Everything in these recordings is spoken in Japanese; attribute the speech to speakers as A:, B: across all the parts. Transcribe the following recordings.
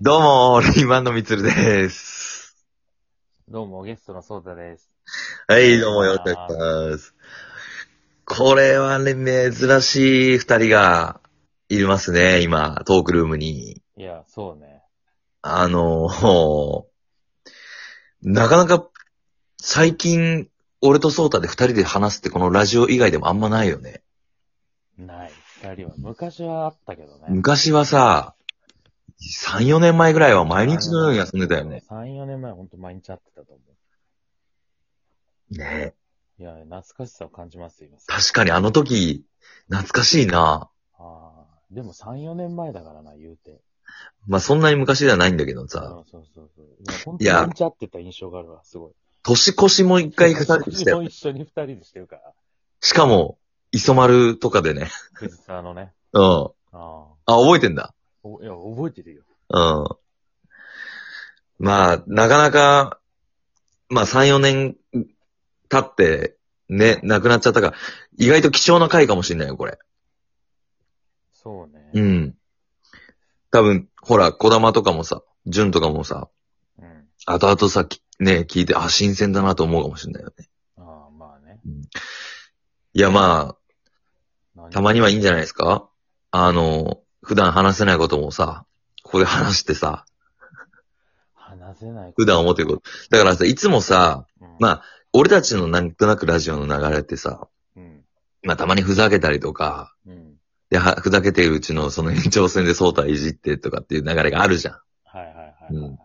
A: どうも、リーマンのみつるです。
B: どうも、ゲストのソータです。
A: はい、どうもよろしくお願いします。これはね、珍しい二人がいますね、今、トークルームに。
B: いや、そうね。
A: あの、なかなか最近、俺とソータで二人で話すってこのラジオ以外でもあんまないよね。
B: ない。二人は。昔はあったけどね。
A: 昔はさ、3、4年前ぐらいは毎日のように遊んでたよね。
B: 3、4年前はほんと毎日会ってたと思
A: ね
B: う。いや、懐かしさを感じますよ、今。
A: 確かにあの時、懐かしいな。
B: ああ。でも3、4年前だからな、言うて。
A: まあ、そんなに昔ではないんだけど
B: う
A: さ、
B: ん、そうそうそう。いや、ほん
A: い
B: と
A: や
B: 毎日会ってた印象があるわ、すごい。
A: 年越しも一回二人で
B: し
A: し
B: たて
A: よ。
B: 一緒に二人でしてるから。
A: しかも、磯丸とかでね。
B: 富士山のね。
A: うん。
B: ああ。
A: あ、覚えてんだ。
B: おいや、覚えてるよ。
A: うん。まあ、なかなか、まあ、3、4年経って、ね、亡くなっちゃったから、意外と貴重な回かもしれないよ、これ。
B: そうね。
A: うん。多分、ほら、小玉とかもさ、純とかもさ、
B: うん。
A: 後々さ、きね、聞いて、あ、新鮮だなと思うかもしれないよね。
B: ああ、まあね。
A: いや、ま
B: 何
A: あ、たまにはいいんじゃないですかあの、普段話せないこともさ、ここで話してさ、
B: 話せない。
A: 普段思ってること。だからさ、いつもさ、
B: うん
A: まあ俺たちのなんとなくラジオの流れってさ、
B: うん。
A: まあ、たまにふざけたりとか、
B: うん。
A: で、はふざけてるうちのその延長線で相対いじってとかっていう流れがあるじゃん。
B: はいはいはいはい、はい。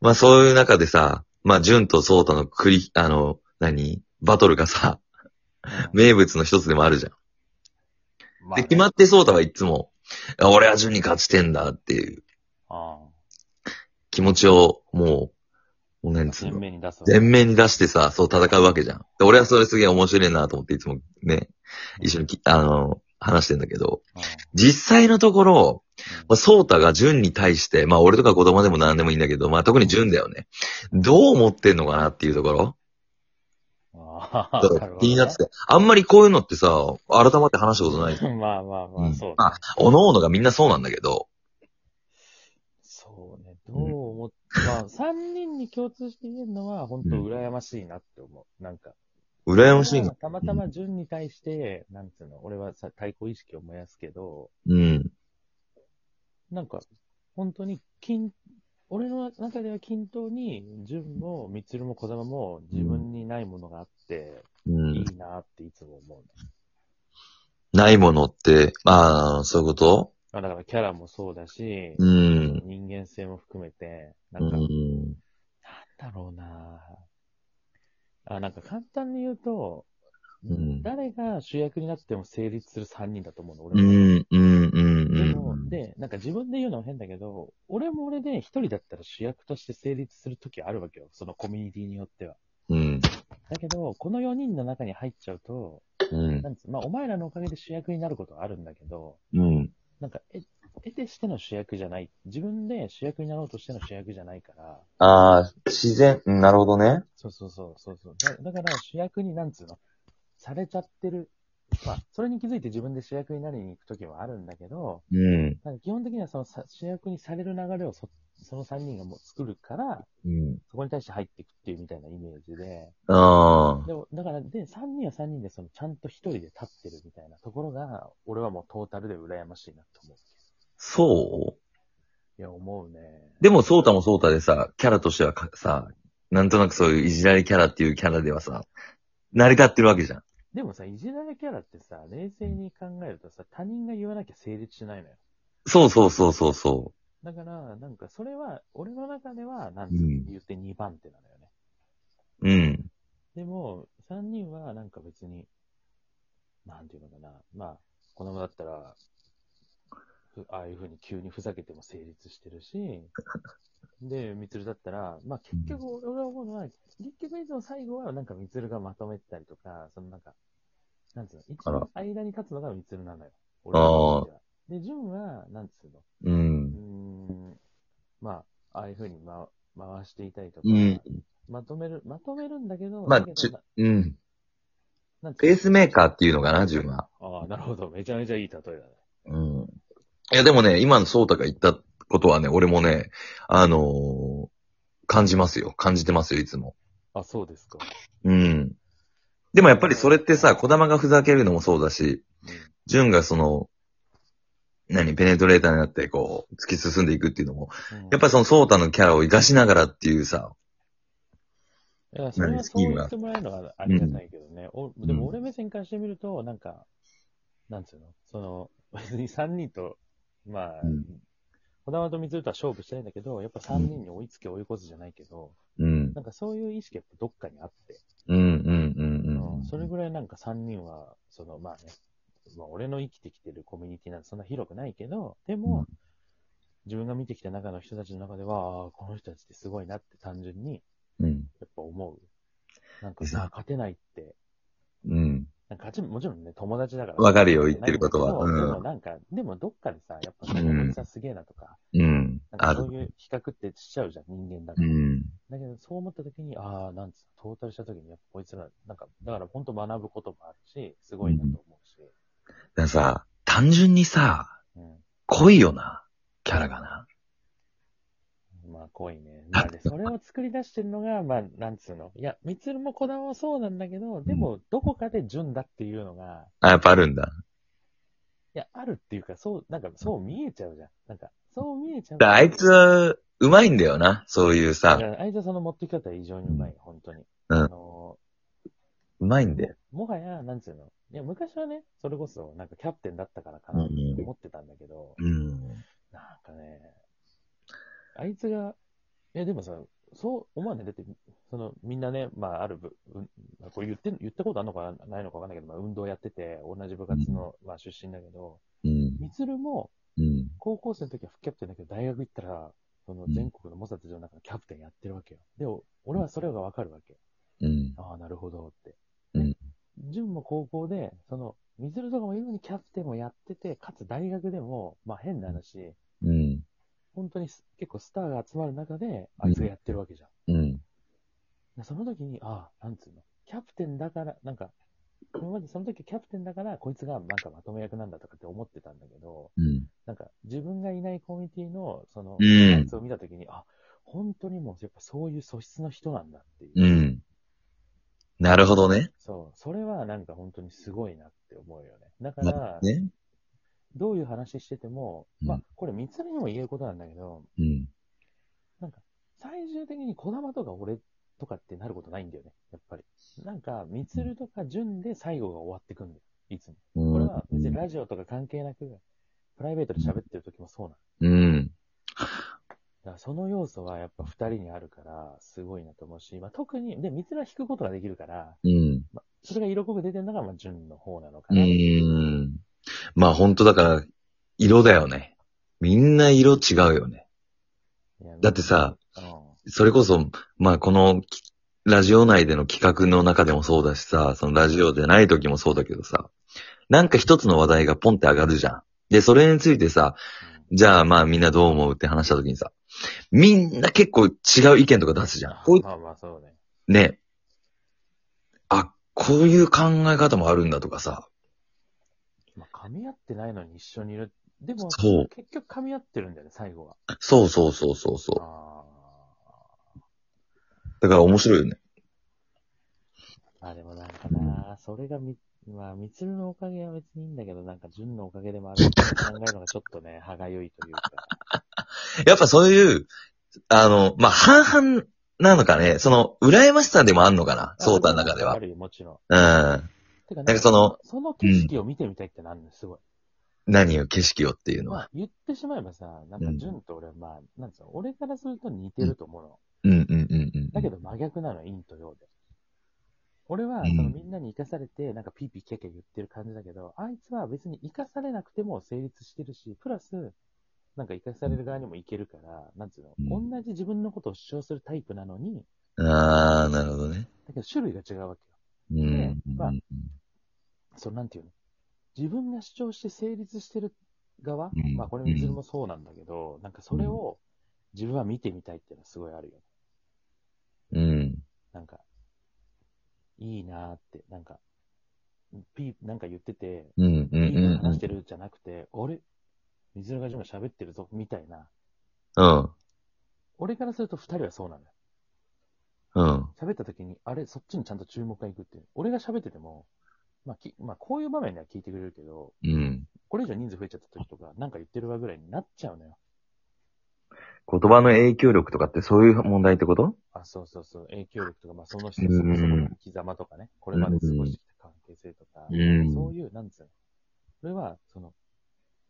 A: まあ、そういう中でさ、まあ、純と相対の繰り、あの、何バトルがさ、
B: うん
A: 名物の一つでもあるじゃん。
B: まあ
A: で、
B: ね
A: 決まって相対はいつも、あ俺は純に勝ちてんだっていう
B: あ
A: 気持ちを、もう、もうな
B: あ。
A: んつう
B: 全
A: の。
B: 面に出すわ。
A: 全面に出してさ、そう戦うわけじゃん。で俺はそれすげえ面白いなと思っていつもね、一緒にき、あの、話してんだけど、
B: うん。
A: 実際のところ、まあ、ソータが純に対して、まあ俺とか子供でも何でもいいんだけど、まあ特に純だよね。どう思ってんのかなっていうところ
B: あ あ
A: だから気になってて。あんまりこういうのってさ、改まって話したことない。
B: て。 まあまあま
A: う
B: あ、
A: ん
B: そうね。
A: まあ、おのおのがみんなそうなんだけど、
B: そうね。どう思っまあ、三人に共通して言えるのは、本当
A: うん
B: 羨ましいなって思う。なんか。
A: 羨ましいな。
B: たまたま順に対して、なんつうの、俺はさ対抗意識を燃やすけど、
A: うん。
B: なんか、本当に均、俺の中では均等に、順も、みつるも、こだまも、自分にないものがあって、
A: う
B: い
A: ん。
B: いなっていつも思う。
A: ないものって、まあ、そういうこと
B: まあだからキャラもそうだし、
A: うん。
B: 人間性も含めて、な
A: うん
B: か、なん
A: ん。
B: だろうなあ、なんか簡単に言うと、
A: うん
B: 誰が主役になっても成立する3人だと思うの、
A: う
B: 俺は。
A: ん、うん、う
B: で
A: ん、う
B: も、
A: ん。
B: で、なんか自分で言うのも変だけど、俺も俺で一人だったら主役として成立する時あるわけよ。そのコミュニティによっては。
A: うん。
B: だけど、この4人の中に入っちゃうと、
A: うん。
B: なんつうまあ、お前らのおかげで主役になることはあるんだけど、
A: うん。
B: なんか、え、得てしての主役じゃない。自分で主役になろうとしての主役じゃないから、
A: ああ、自然、うんなるほどね。
B: そうそうそう、そうそう。だだから主役になんつうの、されちゃってる。まあ、それに気づいて自分で主役になりに行くときはあるんだけど、
A: うん。
B: なんか基本的にはそのさ主役にされる流れをそその3人がもう作るから、
A: うん。
B: そこに対して入っていくっていうみたいなイメージで、
A: ああ。
B: でも、だから、で、3人は3人で、その、ちゃんと1人で立ってるみたいなところが、俺はもうトータルで羨ましいなと思う。
A: そ
B: いや、思うね。
A: うでも、ソータもソータでさ、キャラとしてはかさ、なんとなくそういういじられキャラっていうキャラではさ、成り立ってるわけじゃん。
B: でもさ、いじられキャラってさ、冷静に考えるとさ、他人が言わなきゃ成立しないのよ。
A: そうそうそうそうそ
B: だから、なんか、それは、俺の中では、なんて
A: うん
B: 言って2番手なのよね。
A: う。うん。
B: でも、3人は、なんか別に、なんていうのかな。まあ、子供だったら、ふああいうふうに急にふざけても成立してるし、で、みつるだったら、まあ結局、俺が思うのは、結局いつも最後は、なんかみつるがまとめてたりとか、そのなんか、なんつうの、一
A: あら
B: 番間に立つのがみつるなのよ。俺
A: あー
B: の中では。で、ジュンは、なんつうの、
A: う。
B: うんーん、まあ、ああいうふうに、ま、回していたりとか、
A: うん。
B: まとめる、まとめるんだけど、
A: まあ
B: だけど
A: ちうん。
B: なんていう
A: ペースメーカーっていうのかな、自分は。
B: のああ、なるほど。めちゃめちゃいい例えだね。
A: うん。いや、でもね、今のそうたが言ったことはね、俺もね、あのー感じますよ。感じてますよ、いつも。
B: あ、そうですか。
A: うん。でもやっぱりそれってさ、小玉がふざけるのもそうだし、純がその、何、ペネトレーターになって、こう、突き進んでいくっていうのも、
B: うん
A: やっぱりそのソータのキャラを活かしながらっていうさ、
B: いや、それは
A: ス
B: そう
A: キー
B: 言
A: ムが
B: ってもらえるのはありがたいけどね。おでも俺目線からしてみると、なんか、なんつうのその、別に3人と、まあ、
A: うん
B: 小玉と水とは勝負したいんだけど、やっぱ3人に追いつけ追い越すじゃないけど、
A: うん。
B: なんかそういう意識やっぱどっかにあって、
A: うん、うん、うん、う。
B: うんんそれぐらいなんか3人は、その、まあね、まあ、俺の生きてきてるコミュニティなんてそんな広くないけど、でも、
A: うん
B: 自分が見てきた中の人たちの中では、ああ、この人たちってすごいなって単純に、
A: うん。
B: やっぱ思う。なんか
A: うん
B: さ、勝てないって、
A: うん。
B: なんか勝ちもちろんね、友達だから。
A: わかるよ言ってることは
B: ないんだけど
A: うん
B: でもなんか、でもどっかでさ、やっぱ
A: う
B: こ
A: ん
B: のさすげえなとか、
A: うん。
B: な
A: あ
B: んか
A: る
B: そう。いう比較ってしちゃうじゃん、人間だか
A: う
B: ら。
A: ん。
B: だけど、そう思った時に、ああ、なんつうのトータルした時に、やっぱこいつら、なんか、だから本当学ぶこともあるし、すごいなと思うし。
A: だからさ、単純にさ、
B: う
A: 濃いよな、キャラがな。
B: ん。まあ、濃いね。まあね、それを作り出してるのが、まあ、なんつうの。いや、みつるもこだわはそうなんだけど、でも、どこかで純だっていうのが、
A: あ、やっぱあるんだ。
B: いや、あるっていうか、そう、なんか、そう見えちゃうじゃん。なんか、そう見えちゃう。
A: だからあいつは、うまいんだよな、そういう
B: だ
A: さ
B: か。ら、あいつはその持ってき方は異常にうまい、本当に。
A: うん
B: あの
A: うまいんだよ。
B: もはや、なんつうの。いや、昔はね、それこそ、なんかキャプテンだったからか
A: うん
B: なっ
A: う
B: て
A: ん
B: 思ってたんだけど、
A: うん。
B: なんかね、あいつが、いや、でもさ、そう思わない。だって、その、みんなね、まあ、ある部、うんまあこれ言って、言ったことあるのかなないのかわかんないけど、まあ、運動やってて、同じ部活の、まあ、出身だけど、
A: うん。
B: みつるも、
A: うん。
B: 高校生の時は副キャプテンだけど、大学行ったら、その
A: ん
B: 全国のモサテの中のキャプテンやってるわけよ。で、お俺はそれがわかるわけ。
A: うん。
B: ああ、なるほどって。
A: うん。
B: 純も高校で、その、ミズルとかもいうようにキャプテンもやってて、かつ大学でも、まあ変な話、
A: うん。
B: 本当にす結構スターが集まる中で、あいつがやってるわけじゃん。
A: うん。
B: でその時に、ああ、なんつうの、キャプテンだから、なんか、今までその時キャプテンだから、こいつがなんかまとめ役なんだとかって思ってたんだけど、
A: うん。
B: なんか自分がいないコミュニティの、その、
A: うん
B: あいつを見た時に、あ、本当にもうやっぱそういう素質の人なんだっていう。
A: うん。なるほどね。
B: そう、それはなんか本当にすごいなって思うよね。だか
A: な
B: ら、
A: ね。
B: どういう話してても、
A: うん
B: まあ、これ三つ目にも言えることなんだけど、
A: うん。
B: 最終的に小玉とか俺とかってなることないんだよね、やっぱり。なんか、三つるとか順で最後が終わってくんだよ、いつも。これは別にラジオとか関係なく、プライベートで喋ってる時もそうなの。
A: うん。
B: だからその要素はやっぱ二人にあるから、すごいなと思うし、まあ、特に、で、三つるは弾くことができるから、
A: うん。
B: それが色濃く出てるのが、まあ、順の方なのか
A: う
B: な。
A: ーん。まあ本当だから、色だよね。みんな色違うよね。
B: いや
A: だってさ、
B: うん
A: それこそ、まあこのき、ラジオ内での企画の中でもそうだしさ、そのラジオでない時もそうだけどさ、なんか一つの話題がポンって上がるじゃん。で、それについてさ、じゃあまあみんなどう思うって話した時にさ、みんな結構違う意見とか出すじゃん。こうい
B: まあまあそうね。
A: ね。あ、こういう考え方もあるんだとかさ、
B: まあ、噛み合ってないのに一緒にいる。でも、
A: そう
B: 結局噛み合ってるんだよね、最後は。
A: そうそうそうそうそう。
B: あ
A: だから面白いよね。
B: ーあ、でもなんかな、それがみ、まあ、みつるのおかげは別にいいんだけど、なんか、純のおかげでもあるって考えるのがちょっとね、 歯がゆいというか。
A: やっぱそういう、あの、まあ、半々なのかね、その、羨ましさでもあんのかな、ソータの中で
B: あ
A: は。
B: るよ、もちろん。
A: うん。
B: てか、
A: なんかその、
B: その景色を見てみたいってなんのよ、すごい。
A: 何よ、景色をっていうの
B: ま
A: は。
B: あ、言ってしまえばさ、なんか、純と俺は、まあ、なんつうの、俺からすると似てると思うの。
A: うんうんうんうん。
B: だけど真逆なの、陰と陽で。俺は、
A: うん
B: そのみんなに生かされて、なんかピーピーキャキャ言ってる感じだけど、あいつは別に生かされなくても成立してるし、プラス、なんか生かされる側にもいけるから、なんつうの、
A: うん
B: 同じ自分のことを主張するタイプなのに、
A: あー、なるほどね。
B: だけど種類が違うわけよ。
A: うんうん
B: ねまあ
A: うん
B: そのなんていうの自分が主張して成立してる側、
A: うん
B: まあこれみつるもそうなんだけど、なんかそれを自分は見てみたいっていうのはすごいあるよね。
A: うん。
B: なんか、いいなーって、なんか、ピーなんか言ってて、
A: うん、うん、
B: ピ
A: う
B: ー
A: ん
B: が。話してるじゃなくて、俺、水浦が今喋ってるぞ、みたいな。
A: うん、
B: 俺からすると二人はそうなのよ。
A: うん、
B: 喋った時に、あれ、そっちにちゃんと注目がいくっていう。俺が喋ってても、まあ、きまあ、こういう場面では聞いてくれるけど、
A: うん。
B: これ以上人数増えちゃった時とか、なんか言ってるわぐらいになっちゃうのよ。
A: 言葉の影響力とかってそういう問題ってこと
B: あ、そうそうそう。影響力とか、まあ、その人そこそこの生き様とかね、これまで過ごしてきた関係性とか、
A: うん
B: そういう、なんですよ。それは、その、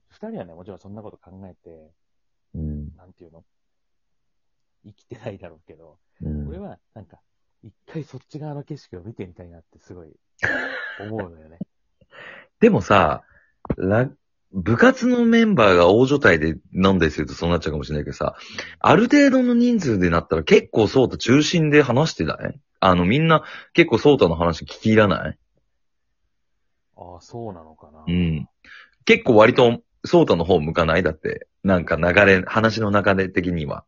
B: 二人はね、もちろんそんなこと考えて、
A: うん。
B: なんていうの生きてないだろうけど、
A: うん
B: 俺は、なんか、一回そっち側の景色を見てみたいなってすごい、思うのよね。
A: でもさ、ら部活のメンバーが大所帯で飲んだりするとそうなっちゃうかもしれないけどさ、 ある程度の人数でなったら結構ソータ中心で話してないあのみんな結構ソータの話聞き入らない
B: ああ、そうなのかな。
A: うん。結構割とソータの方向かないだって、なんか流れ、話の中で的には。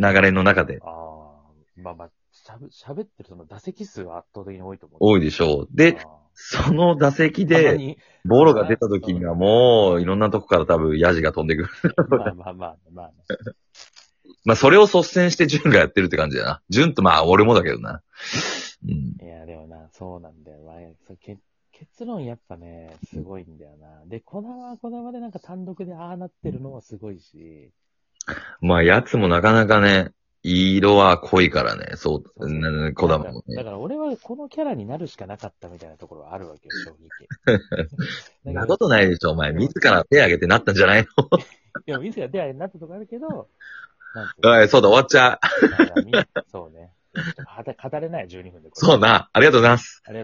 A: 流れの中で。
B: ああ、まあまあ、しゃべ、喋ってるその打席数は圧倒的に多いと思う。
A: 多いでしょう。で、
B: あ
A: その打席
B: ー、たま
A: で、
B: に
A: ボロが出た時にはもう、いろんなとこから多分ヤジが飛んでくる。
B: まあまあまあ、まあ、ね。
A: まあ、それを率先して潤がやってるって感じだな。潤とまあ、俺もだけどな。うん。
B: いや、でもな、そうなんだよな。そうけ結論やっぱね、すごいんだよな。で、こだわはこだわでなんか単独でああなってるのもすごいし、
A: まあ、やつもなかなかね、色は濃いからね、そう
B: そ
A: う、
B: う
A: なこだまも
B: だからだ
A: ね。
B: から俺はこのキャラになるしかなかったみたいなところはあるわけよ、正
A: そ
B: 直。
A: んなことないでしょ、お前。自ら手挙げてなったんじゃない
B: いや、ミスが出会いになったとこあるけど、なんて
A: のお
B: い
A: い、そうだ、終わっちゃう。
B: うのだからみそうね。ちょっと語語れない、12分でこれ。
A: そうな。ありがとうございます。
B: ありがとう